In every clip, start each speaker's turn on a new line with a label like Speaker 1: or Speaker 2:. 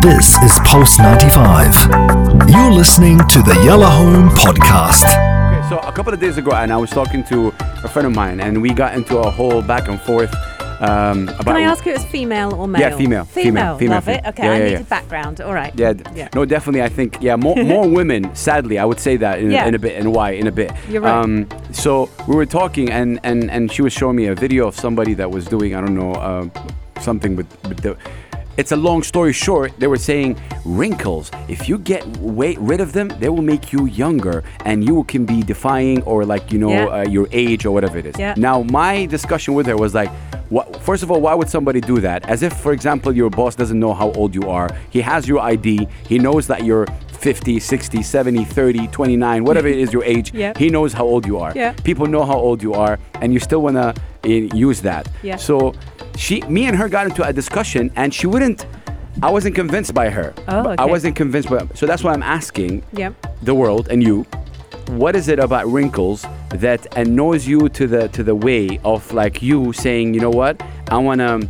Speaker 1: This is Pulse 95. You're listening to the Yellow Home Podcast.
Speaker 2: Okay, so a couple of days ago, and I was talking to a friend of mine, and we got into a whole back and forth um, about.
Speaker 3: Can I ask who it was female or male?
Speaker 2: Yeah, female, female,
Speaker 3: Female.
Speaker 2: female,
Speaker 3: Love it.
Speaker 2: female.
Speaker 3: Okay,
Speaker 2: Yeah,
Speaker 3: I
Speaker 2: yeah,
Speaker 3: needed
Speaker 2: yeah.
Speaker 3: background. All right.
Speaker 2: Yeah, d-
Speaker 3: Yeah.
Speaker 2: no, definitely. I think yeah, more more women. Sadly, I would say that in,
Speaker 3: Yeah.
Speaker 2: in a bit, and why in a bit. Um,
Speaker 3: You're right.
Speaker 2: so we were talking, and and and she was showing me a video of somebody that was doing I don't know uh, something with, with the. It's a long story short. They were saying wrinkles. If you get weight rid of them, they will make you younger, and you can be defying or like you know
Speaker 3: Yeah.
Speaker 2: uh, your age or whatever it is.
Speaker 3: Yeah.
Speaker 2: Now my discussion with her was like, what, first of all, why would somebody do that? As if, for example, your boss doesn't know how old you are. He has your ID. He knows that you're 50, 60, 70, 30, 29, whatever it is your age.
Speaker 3: Yeah.
Speaker 2: He knows how old you are.
Speaker 3: Yeah.
Speaker 2: People know how old you are, and you still wanna uh, use that.
Speaker 3: Yeah.
Speaker 2: So, she, me and her got into a discussion, and she wouldn't. I wasn't convinced by her.
Speaker 3: Oh,
Speaker 2: But I
Speaker 3: okay.
Speaker 2: wasn't convinced by. So that's why I'm asking
Speaker 3: Yep.
Speaker 2: the world and you what is it about wrinkles that annoys you to the to the way of like you saying you know what i want to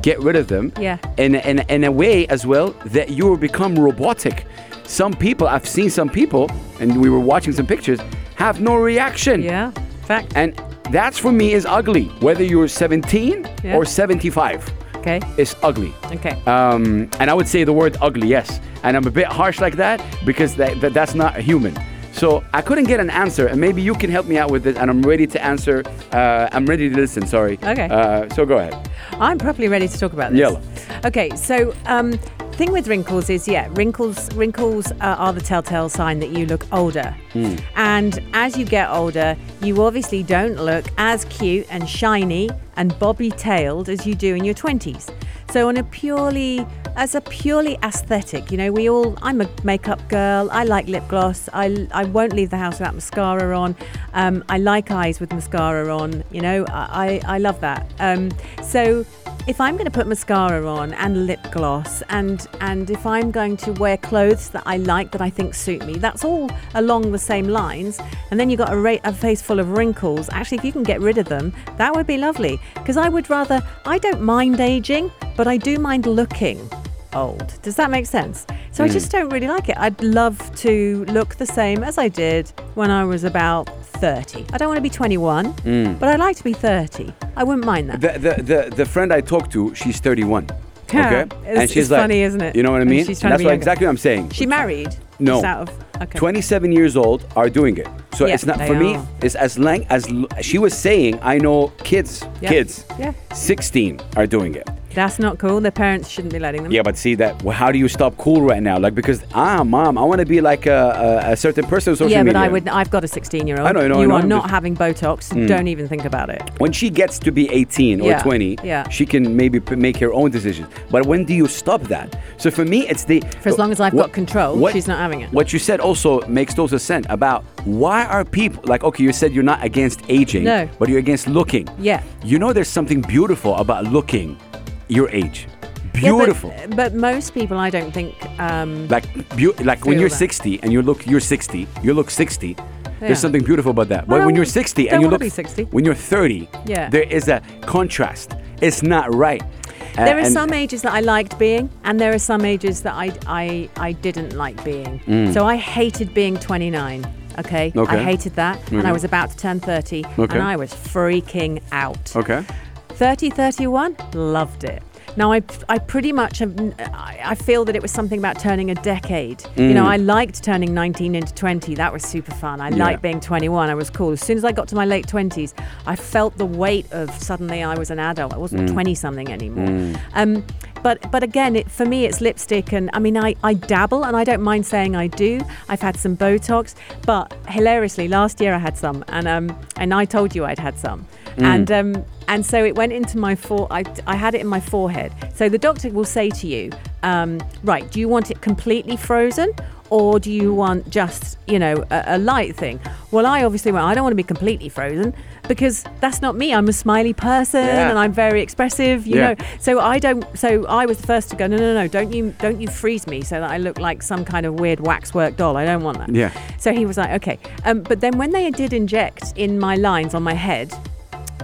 Speaker 2: get rid of them
Speaker 3: Yeah.
Speaker 2: in, in, in a way as well that you will become robotic some people i've seen some people and we were watching some pictures have no reaction
Speaker 3: Yeah. Fact.
Speaker 2: and that's for me is ugly whether you're 17
Speaker 3: Yeah.
Speaker 2: or 75
Speaker 3: okay.
Speaker 2: it's ugly
Speaker 3: Okay.
Speaker 2: um, and I would say the word ugly, yes. And I'm a bit harsh like that because that, that that's not human. So I couldn't get an answer, and maybe you can help me out with this. And I'm ready to answer. Uh, I'm ready to listen. Sorry.
Speaker 3: Okay.
Speaker 2: Uh, so go ahead.
Speaker 3: I'm probably ready to talk about this.
Speaker 2: Yellow.
Speaker 3: Okay, so um, thing with wrinkles is yeah, wrinkles wrinkles uh, are the telltale sign that you look older.
Speaker 2: Hmm.
Speaker 3: And as you get older, you obviously don't look as cute and shiny and bobby-tailed as you do in your 20s. So on a purely as a purely aesthetic, you know, we all I'm a makeup girl. I like lip gloss. I I won't leave the house without mascara on. Um, I like eyes with mascara on. You know, I I, I love that. Um, so if I'm going to put mascara on and lip gloss and and if I'm going to wear clothes that I like that I think suit me, that's all along the same lines. And then you've got a, ra- a face full of wrinkles. Actually, if you can get rid of them, that would be lovely. Because I would rather I don't mind aging, but I do mind looking old. Does that make sense? So I
Speaker 2: Hmm.
Speaker 3: just don't really like it. I'd love to look the same as I did when I was about 30. I don't want to be 21,
Speaker 2: Hmm.
Speaker 3: but I'd like to be 30. I wouldn't mind that.
Speaker 2: The, the the the friend I talked to, she's 31.
Speaker 3: Yeah,
Speaker 2: Okay.
Speaker 3: it's- it's funny, isn't it?
Speaker 2: You know what I
Speaker 3: And
Speaker 2: mean?
Speaker 3: she's trying to
Speaker 2: that's
Speaker 3: be
Speaker 2: what
Speaker 3: younger.
Speaker 2: exactly what I'm saying.
Speaker 3: She married?
Speaker 2: No.
Speaker 3: Just out of, okay.
Speaker 2: 27 years old are doing it. So
Speaker 3: Yeah,
Speaker 2: it's not
Speaker 3: they
Speaker 2: for me.
Speaker 3: are.
Speaker 2: It's as lang as l- she was saying. I know kids,
Speaker 3: Yeah.
Speaker 2: kids,
Speaker 3: Yeah.
Speaker 2: 16 are doing it.
Speaker 3: That's not cool. Their parents shouldn't be letting them.
Speaker 2: Yeah, but see that. Well, how do you stop cool right now? Like because ah, mom, I want to be like a, a, a certain person. on Social
Speaker 3: Yeah, but
Speaker 2: media.
Speaker 3: I would. I've got a 16-year-old.
Speaker 2: I know, I know, I
Speaker 3: you
Speaker 2: know, Hmm.
Speaker 3: are
Speaker 2: I'm
Speaker 3: not
Speaker 2: just-
Speaker 3: having Botox. Don't even think about it.
Speaker 2: When she gets to be 18 or
Speaker 3: Yeah,
Speaker 2: 20,
Speaker 3: yeah.
Speaker 2: she can maybe p- make her own decisions. But when do you stop that? So for me, it's the
Speaker 3: For as long as I've got control, she's not having it.
Speaker 2: What you said also makes total sense about why are people like okay, you said you're not against aging,
Speaker 3: No.
Speaker 2: but you're against looking.
Speaker 3: Yeah.
Speaker 2: You know, there's something beautiful about looking your age.
Speaker 3: Yeah, but-
Speaker 2: Beautiful.
Speaker 3: but, most people, I don't think. Um,
Speaker 2: like beau- like when
Speaker 3: Feel
Speaker 2: you're
Speaker 3: that.
Speaker 2: 60 and you look you're 60 you look 60
Speaker 3: Yeah.
Speaker 2: there's something beautiful about that
Speaker 3: Well,
Speaker 2: but when
Speaker 3: I
Speaker 2: you're
Speaker 3: don't
Speaker 2: 60 and you
Speaker 3: wanna
Speaker 2: look
Speaker 3: be 60.
Speaker 2: when you're 30
Speaker 3: Yeah.
Speaker 2: there is a contrast it's not right A-
Speaker 3: there are
Speaker 2: and-
Speaker 3: some ages that I liked being, and there are some ages that I I, I didn't like being. So I hated being 29. Okay?
Speaker 2: Mm. Okay.
Speaker 3: I hated that, and
Speaker 2: Okay.
Speaker 3: I was about to turn 30,
Speaker 2: Okay.
Speaker 3: and I was freaking out.
Speaker 2: okay
Speaker 3: 30 31 loved it now i, I pretty much have, I, I feel that it was something about turning a decade you know i liked turning 19 into 20 that was super fun i
Speaker 2: Mm. Yeah.
Speaker 3: liked being 21 i was cool as soon as i got to my late 20s i felt the weight of suddenly i was an adult i wasn't 20 something anymore um, but but again it, for me it's lipstick and i mean I, I dabble and i don't mind saying i do i've had some botox but hilariously last year i had some and um, and i told you i'd had some and um, and so it went into my fore. I, I had it in my forehead. So the doctor will say to you, um, right, do you want it completely frozen? Or do you want just, you know, a, a light thing? Well, I obviously went, I don't want to be completely frozen because that's not me. I'm a smiley person
Speaker 2: Yeah.
Speaker 3: and I'm very expressive, you
Speaker 2: Yeah.
Speaker 3: know. So I don't, so I was the first to go, no, no, no, don't you, don't you freeze me so that I look like some kind of weird waxwork doll. I don't want that.
Speaker 2: Yeah.
Speaker 3: So he was like, okay. Um, but then when they did inject in my lines on my head,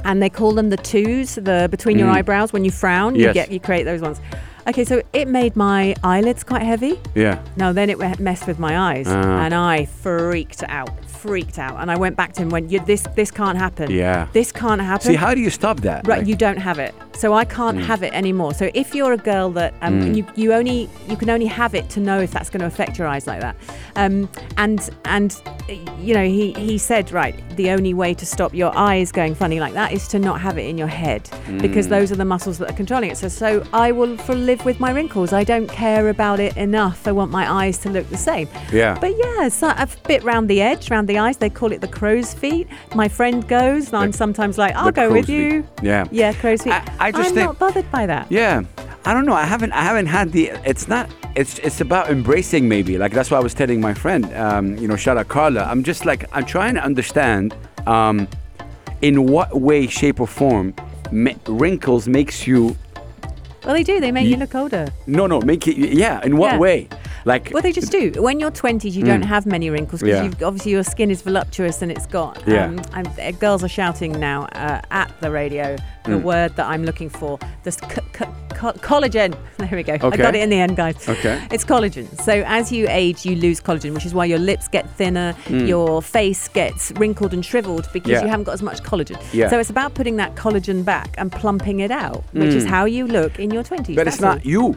Speaker 3: and they call them the twos, the between your eyebrows when you frown,
Speaker 2: Mm. Yes.
Speaker 3: you get you create those ones. Okay, so it made my eyelids quite heavy.
Speaker 2: Yeah.
Speaker 3: No, then it we- messed with my eyes,
Speaker 2: Ah.
Speaker 3: and I freaked out, freaked out, and I went back to him. and Went, "You- this this can't happen.
Speaker 2: Yeah.
Speaker 3: this can't happen.
Speaker 2: See, how do you stop that?
Speaker 3: Right, Mm.
Speaker 2: Like-
Speaker 3: you don't have it, so I can't have it anymore. So if you're a girl that um, you, you only you can only have it to know if that's going to affect your eyes like that, um, and and you know he he said right the only way to stop your eyes going funny like that is to not have it in your head because those are the muscles that are controlling it. So so I will for live with my wrinkles. I don't care about it enough. I want my eyes to look the same.
Speaker 2: Yeah.
Speaker 3: But yeah, it's like a bit round the edge, round the eyes. They call it the crow's feet. My friend goes, and I'm sometimes like, I'll
Speaker 2: the
Speaker 3: go with
Speaker 2: crow's feet.
Speaker 3: you.
Speaker 2: Yeah.
Speaker 3: Yeah, crow's feet.
Speaker 2: I- I just
Speaker 3: am
Speaker 2: think-
Speaker 3: not bothered by that.
Speaker 2: Yeah, I don't know. I haven't. I haven't had the. It's not. It's. It's about embracing maybe. Like that's what I was telling my friend. Um, you know, shout out Carla. I'm just like I'm trying to understand. Um, in what way, shape, or form, ma- wrinkles makes you
Speaker 3: Well, they do. They make
Speaker 2: Ye-
Speaker 3: you look older.
Speaker 2: no no make it yeah. In what
Speaker 3: Yeah.
Speaker 2: way? Like
Speaker 3: Well, they just do. When you're 20s, you don't have many wrinkles because
Speaker 2: Hmm. Yeah.
Speaker 3: you've obviously your skin is voluptuous and it's got.
Speaker 2: Yeah.
Speaker 3: I'm, uh, girls are shouting now uh, at the radio the
Speaker 2: Hmm.
Speaker 3: word that I'm looking for. This c- c- co- collagen. There we go. I
Speaker 2: Okay.
Speaker 3: got it in the end, guys.
Speaker 2: Okay.
Speaker 3: It's collagen. So as you age, you lose collagen, which is why your lips get thinner, your face gets wrinkled and shriveled because
Speaker 2: Hmm. Yeah.
Speaker 3: you haven't got as much collagen.
Speaker 2: Yeah.
Speaker 3: So it's about putting that collagen back and plumping it out, which is how you look in your 20s.
Speaker 2: Hmm. but it's
Speaker 3: That's all.
Speaker 2: not you.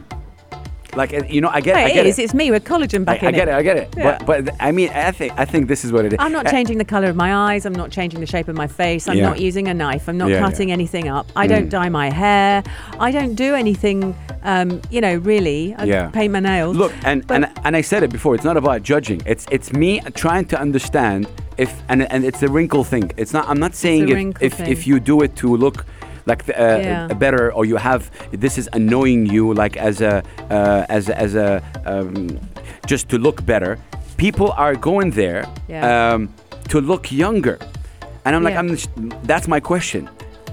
Speaker 2: Like uh, you know, I get.
Speaker 3: No,
Speaker 2: I
Speaker 3: it
Speaker 2: get
Speaker 3: is.
Speaker 2: It.
Speaker 3: It's me with collagen
Speaker 2: I,
Speaker 3: back
Speaker 2: I
Speaker 3: in
Speaker 2: get it. I get it.
Speaker 3: Yeah.
Speaker 2: But but I mean, I think I think this is what it is.
Speaker 3: I'm not
Speaker 2: Uh,
Speaker 3: changing the colour of my eyes. I'm not changing the shape of my face. I'm
Speaker 2: Yeah.
Speaker 3: not using a knife. I'm not
Speaker 2: Yeah, Mm.
Speaker 3: cutting
Speaker 2: yeah.
Speaker 3: anything up. I don't dye my hair. I don't do anything, um, you know, really. I
Speaker 2: Yeah.
Speaker 3: paint my nails.
Speaker 2: Look, and,
Speaker 3: But-
Speaker 2: and and I said it before. It's not about judging. It's it's me trying to understand if and and it's a wrinkle thing. It's not. I'm not saying
Speaker 3: a
Speaker 2: if
Speaker 3: wrinkle
Speaker 2: if,
Speaker 3: thing.
Speaker 2: if you do it to look like the, uh,
Speaker 3: Yeah.
Speaker 2: a better or you have this is annoying you like as a uh, as a- as a um, just to look better. People are going there
Speaker 3: Yeah.
Speaker 2: um, to look younger, and I'm like,
Speaker 3: Yeah.
Speaker 2: I'm. just- That's my question.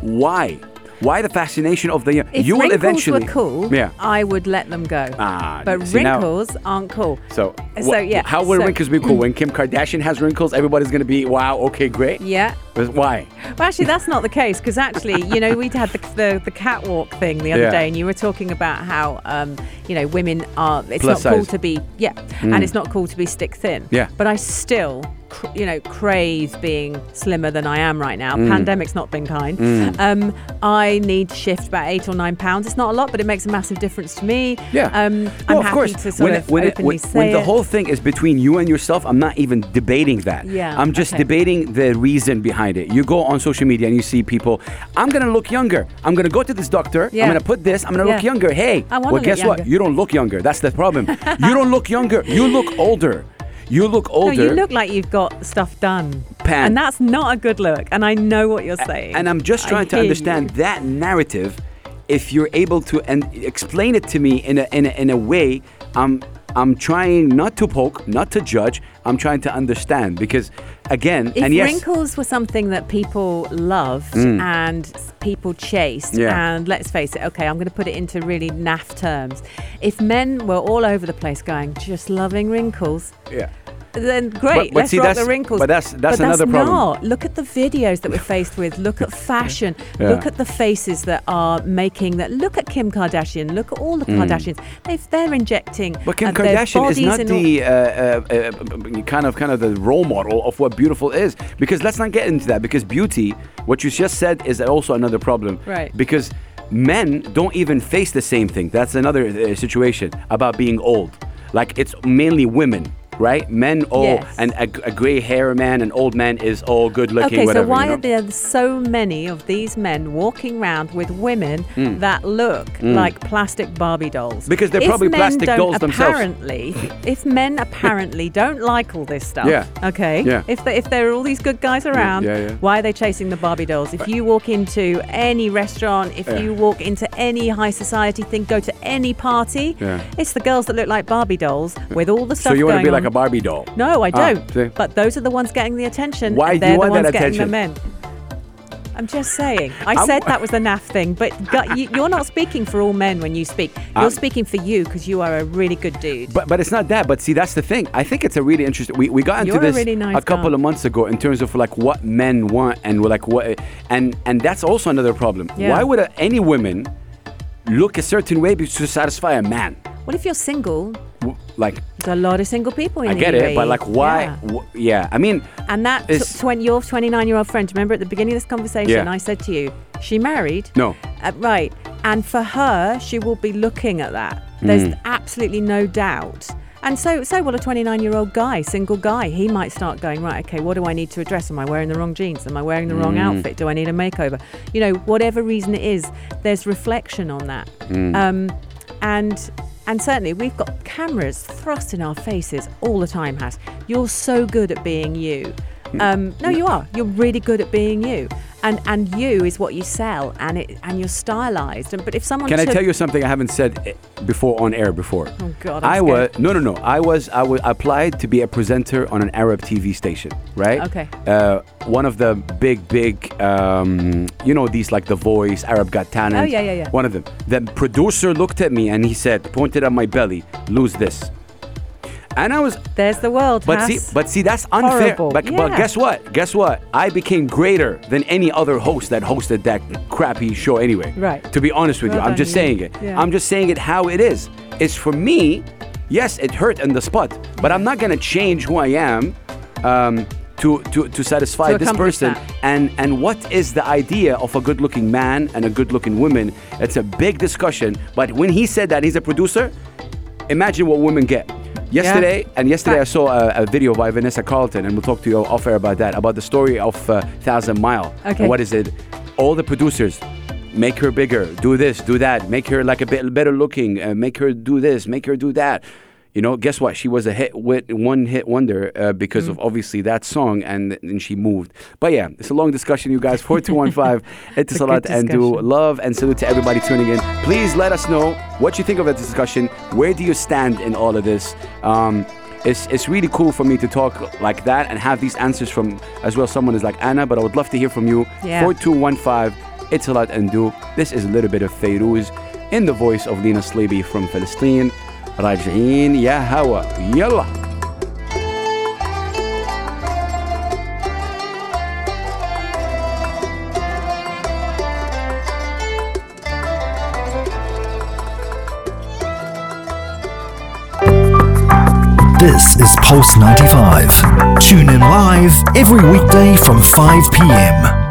Speaker 2: Why? Why the fascination of the
Speaker 3: if
Speaker 2: you will
Speaker 3: wrinkles
Speaker 2: eventually
Speaker 3: were cool,
Speaker 2: yeah
Speaker 3: I would let them go.
Speaker 2: Ah,
Speaker 3: but
Speaker 2: see, now-
Speaker 3: wrinkles aren't cool.
Speaker 2: So,
Speaker 3: so
Speaker 2: wha-
Speaker 3: yeah.
Speaker 2: How will
Speaker 3: so-
Speaker 2: wrinkles be cool? When Kim Kardashian has wrinkles, everybody's gonna be wow, okay, great.
Speaker 3: Yeah.
Speaker 2: But Why?
Speaker 3: Well, actually, that's not the case because actually, you know, we'd had the, the, the catwalk thing the other
Speaker 2: Yeah.
Speaker 3: day, and you were talking about how, um, you know, women are, it's
Speaker 2: Plus
Speaker 3: not cool
Speaker 2: size. Mm.
Speaker 3: to be, yeah, and it's not cool to be stick thin.
Speaker 2: Yeah.
Speaker 3: But I still, cr- you know, crave being slimmer than I am right
Speaker 2: Mm.
Speaker 3: now. Pandemic's not been kind. Um, I need to shift about eight or nine pounds. It's not a lot, but it makes a massive difference to me.
Speaker 2: Yeah.
Speaker 3: Um, I'm
Speaker 2: No,
Speaker 3: happy
Speaker 2: of course.
Speaker 3: to sort
Speaker 2: when,
Speaker 3: of
Speaker 2: when,
Speaker 3: openly
Speaker 2: when,
Speaker 3: say
Speaker 2: when the
Speaker 3: it.
Speaker 2: whole thing is between you and yourself, I'm not even debating that.
Speaker 3: Yeah,
Speaker 2: I'm just
Speaker 3: okay.
Speaker 2: debating the reason behind it. You go on social media and you see people. I'm gonna look younger. I'm gonna go to this doctor.
Speaker 3: Yeah.
Speaker 2: I'm gonna put this. I'm gonna look
Speaker 3: Yeah.
Speaker 2: younger. Hey.
Speaker 3: I wanna
Speaker 2: well,
Speaker 3: look
Speaker 2: guess what?
Speaker 3: younger.
Speaker 2: You don't look younger. That's the problem. you don't look younger. You look older. You look
Speaker 3: No,
Speaker 2: older.
Speaker 3: you look like you've got stuff done.
Speaker 2: Pan.
Speaker 3: And that's not a good look. And I know what you're saying.
Speaker 2: And I'm just
Speaker 3: I
Speaker 2: trying to
Speaker 3: hear you.
Speaker 2: understand that narrative. If you're able to and explain it to me in a in a, in a way, I'm I'm trying not to poke, not to judge. I'm trying to understand because, again,
Speaker 3: If
Speaker 2: and yes, Mm.
Speaker 3: wrinkles were something that people loved and s- people chased,
Speaker 2: Yeah.
Speaker 3: and let's face it, okay, I'm going to put it into really naff terms. If men were all over the place going, just loving wrinkles,
Speaker 2: yeah,
Speaker 3: then great,
Speaker 2: But- but
Speaker 3: let's
Speaker 2: see,
Speaker 3: rock
Speaker 2: that's-
Speaker 3: the wrinkles.
Speaker 2: but that's- that's another problem.
Speaker 3: Not. Look at the videos that we're faced with. Look at fashion.
Speaker 2: Yeah.
Speaker 3: Look at the faces that are making that. Look at Kim Kardashian. Look at all the Kardashians. They've, they're injecting.
Speaker 2: Hmm. But Kim
Speaker 3: uh, their
Speaker 2: Kardashian is
Speaker 3: bodies
Speaker 2: not
Speaker 3: and all-
Speaker 2: the uh, uh, uh, kind of kind of the role model of what beautiful is. Because let's not get into that. Because beauty, what you just said, is also another problem.
Speaker 3: Right.
Speaker 2: Because men don't even face the same thing. That's another uh, situation about being old. Like it's mainly women. Right, men. Oh,
Speaker 3: Yes.
Speaker 2: and a, a gray hair man, an old man is all good looking.
Speaker 3: Okay, so
Speaker 2: whatever, you
Speaker 3: why
Speaker 2: know?
Speaker 3: are there so many of these men walking around with women that look like plastic Barbie dolls?
Speaker 2: Hmm. Because they're
Speaker 3: If
Speaker 2: probably
Speaker 3: men
Speaker 2: plastic
Speaker 3: don't
Speaker 2: dolls themselves.
Speaker 3: Apparently, if men apparently don't like all this stuff,
Speaker 2: Yeah.
Speaker 3: okay,
Speaker 2: Yeah.
Speaker 3: if they, if there are all these good guys around,
Speaker 2: yeah, yeah.
Speaker 3: why are they chasing the Barbie dolls? If you walk into any restaurant, if
Speaker 2: Yeah.
Speaker 3: you walk into any high society thing, go to any party,
Speaker 2: Yeah.
Speaker 3: it's the girls that look like Barbie dolls with all the
Speaker 2: So
Speaker 3: stuff.
Speaker 2: you
Speaker 3: want
Speaker 2: want to be like a Barbie doll?
Speaker 3: no, I
Speaker 2: Ah,
Speaker 3: don't.
Speaker 2: see?
Speaker 3: but those are the ones getting the attention.
Speaker 2: Why
Speaker 3: and
Speaker 2: do
Speaker 3: they're
Speaker 2: you want
Speaker 3: the ones
Speaker 2: that
Speaker 3: getting the
Speaker 2: attention?
Speaker 3: men. I'm just saying. I
Speaker 2: I'm-
Speaker 3: said that was the naff thing, but gu- you, you're not speaking for all men when you speak.
Speaker 2: I'm-
Speaker 3: You're speaking for you because you are a really good dude.
Speaker 2: Ah. But but it's not that. But see, that's the thing. I think it's a really interesting. We, we got into
Speaker 3: You're a
Speaker 2: this
Speaker 3: really nice
Speaker 2: a couple
Speaker 3: guy.
Speaker 2: of months ago in terms of like what men want and like what and and that's also another problem.
Speaker 3: Yeah.
Speaker 2: Why would uh, any women look a certain way be- to satisfy a man.
Speaker 3: What if you're single?
Speaker 2: W- Like,
Speaker 3: There's a lot of single people in
Speaker 2: I
Speaker 3: the
Speaker 2: get it, but
Speaker 3: UAE.
Speaker 2: like, why?
Speaker 3: Yeah.
Speaker 2: wh- yeah. I mean,
Speaker 3: And that t-
Speaker 2: It's-
Speaker 3: twen- your 29 year old friend, remember at the beginning of this conversation,
Speaker 2: Yeah.
Speaker 3: I said to you, she married?
Speaker 2: No.
Speaker 3: Uh, right. And for her, she will be looking at that. There's absolutely no doubt. And so, so will a 29 year old guy, single guy. He might start going, right, okay, what do I need to address? Am I wearing the wrong jeans? Am I wearing the wrong outfit? Do I need a makeover? You know, whatever reason it is, there's reflection on that. Um, and and certainly we've got cameras thrust in our faces all the time, Has. You're so good at being you.
Speaker 2: Mm.
Speaker 3: Um, no, you are. You're really good at being you. And and you is what you sell and it and you're stylized. And but if someone
Speaker 2: Can I
Speaker 3: took,
Speaker 2: tell you something I haven't said eh, before on air before?
Speaker 3: Oh, God, I'm
Speaker 2: I was
Speaker 3: scared.
Speaker 2: no no no. I was I was applied to be a presenter on an Arab TV station, right?
Speaker 3: Okay.
Speaker 2: Uh, one of the big big um, you know these like The Voice, Arab Got Talent.
Speaker 3: Oh, yeah, yeah, yeah.
Speaker 2: One of them. The producer looked at me and he said, pointed at my belly, lose this. And I was
Speaker 3: there's the world.
Speaker 2: but
Speaker 3: Has.
Speaker 2: see, but see, that's unfair.
Speaker 3: Horrible.
Speaker 2: But, but
Speaker 3: Yeah.
Speaker 2: guess what? Guess what? I became greater than any other host that hosted that crappy show anyway.
Speaker 3: Right.
Speaker 2: To be honest with you,
Speaker 3: Well
Speaker 2: I'm
Speaker 3: done,
Speaker 2: just
Speaker 3: you.
Speaker 2: saying it.
Speaker 3: Yeah.
Speaker 2: I'm just saying it how it is. It's for me. Yes, it hurt in the spot, but I'm not gonna change who I am um, to, to to satisfy
Speaker 3: To
Speaker 2: this
Speaker 3: accomplish
Speaker 2: person.
Speaker 3: that.
Speaker 2: And and what is the idea of a good-looking man and a good-looking woman? It's a big discussion. But when he said that he's a producer, imagine what women get. Yesterday and yesterday I saw a, a video by Vanessa Carlton, and we'll talk to you off air about that, about the story of uh, Thousand Mile.
Speaker 3: Okay.
Speaker 2: And what is it? All the producers make her bigger, do this, do that, make her like a bit better looking, uh, make her do this, make her do that. You know, guess what? She was a hit with one hit wonder uh, because
Speaker 3: Mm.
Speaker 2: of obviously that song, and and she moved. But yeah, it's a long discussion, you guys. Four two one five. It's a
Speaker 3: a
Speaker 2: lot
Speaker 3: good
Speaker 2: and do
Speaker 3: discussion.
Speaker 2: love and salute to everybody tuning in. Please let us know what you think of the discussion. Where do you stand in all of this? Um, it's, it's really cool for me to talk like that and have these answers from as well someone is like Anna, but I would love to hear from you.
Speaker 3: Yeah.
Speaker 2: 4215, it's a lot and do. This is a little bit of Feiruz in the voice of Lina Sleeby from Palestine. راجعين يا هوا يلا
Speaker 1: This is Pulse 95. Tune in live every weekday from 5 p.m.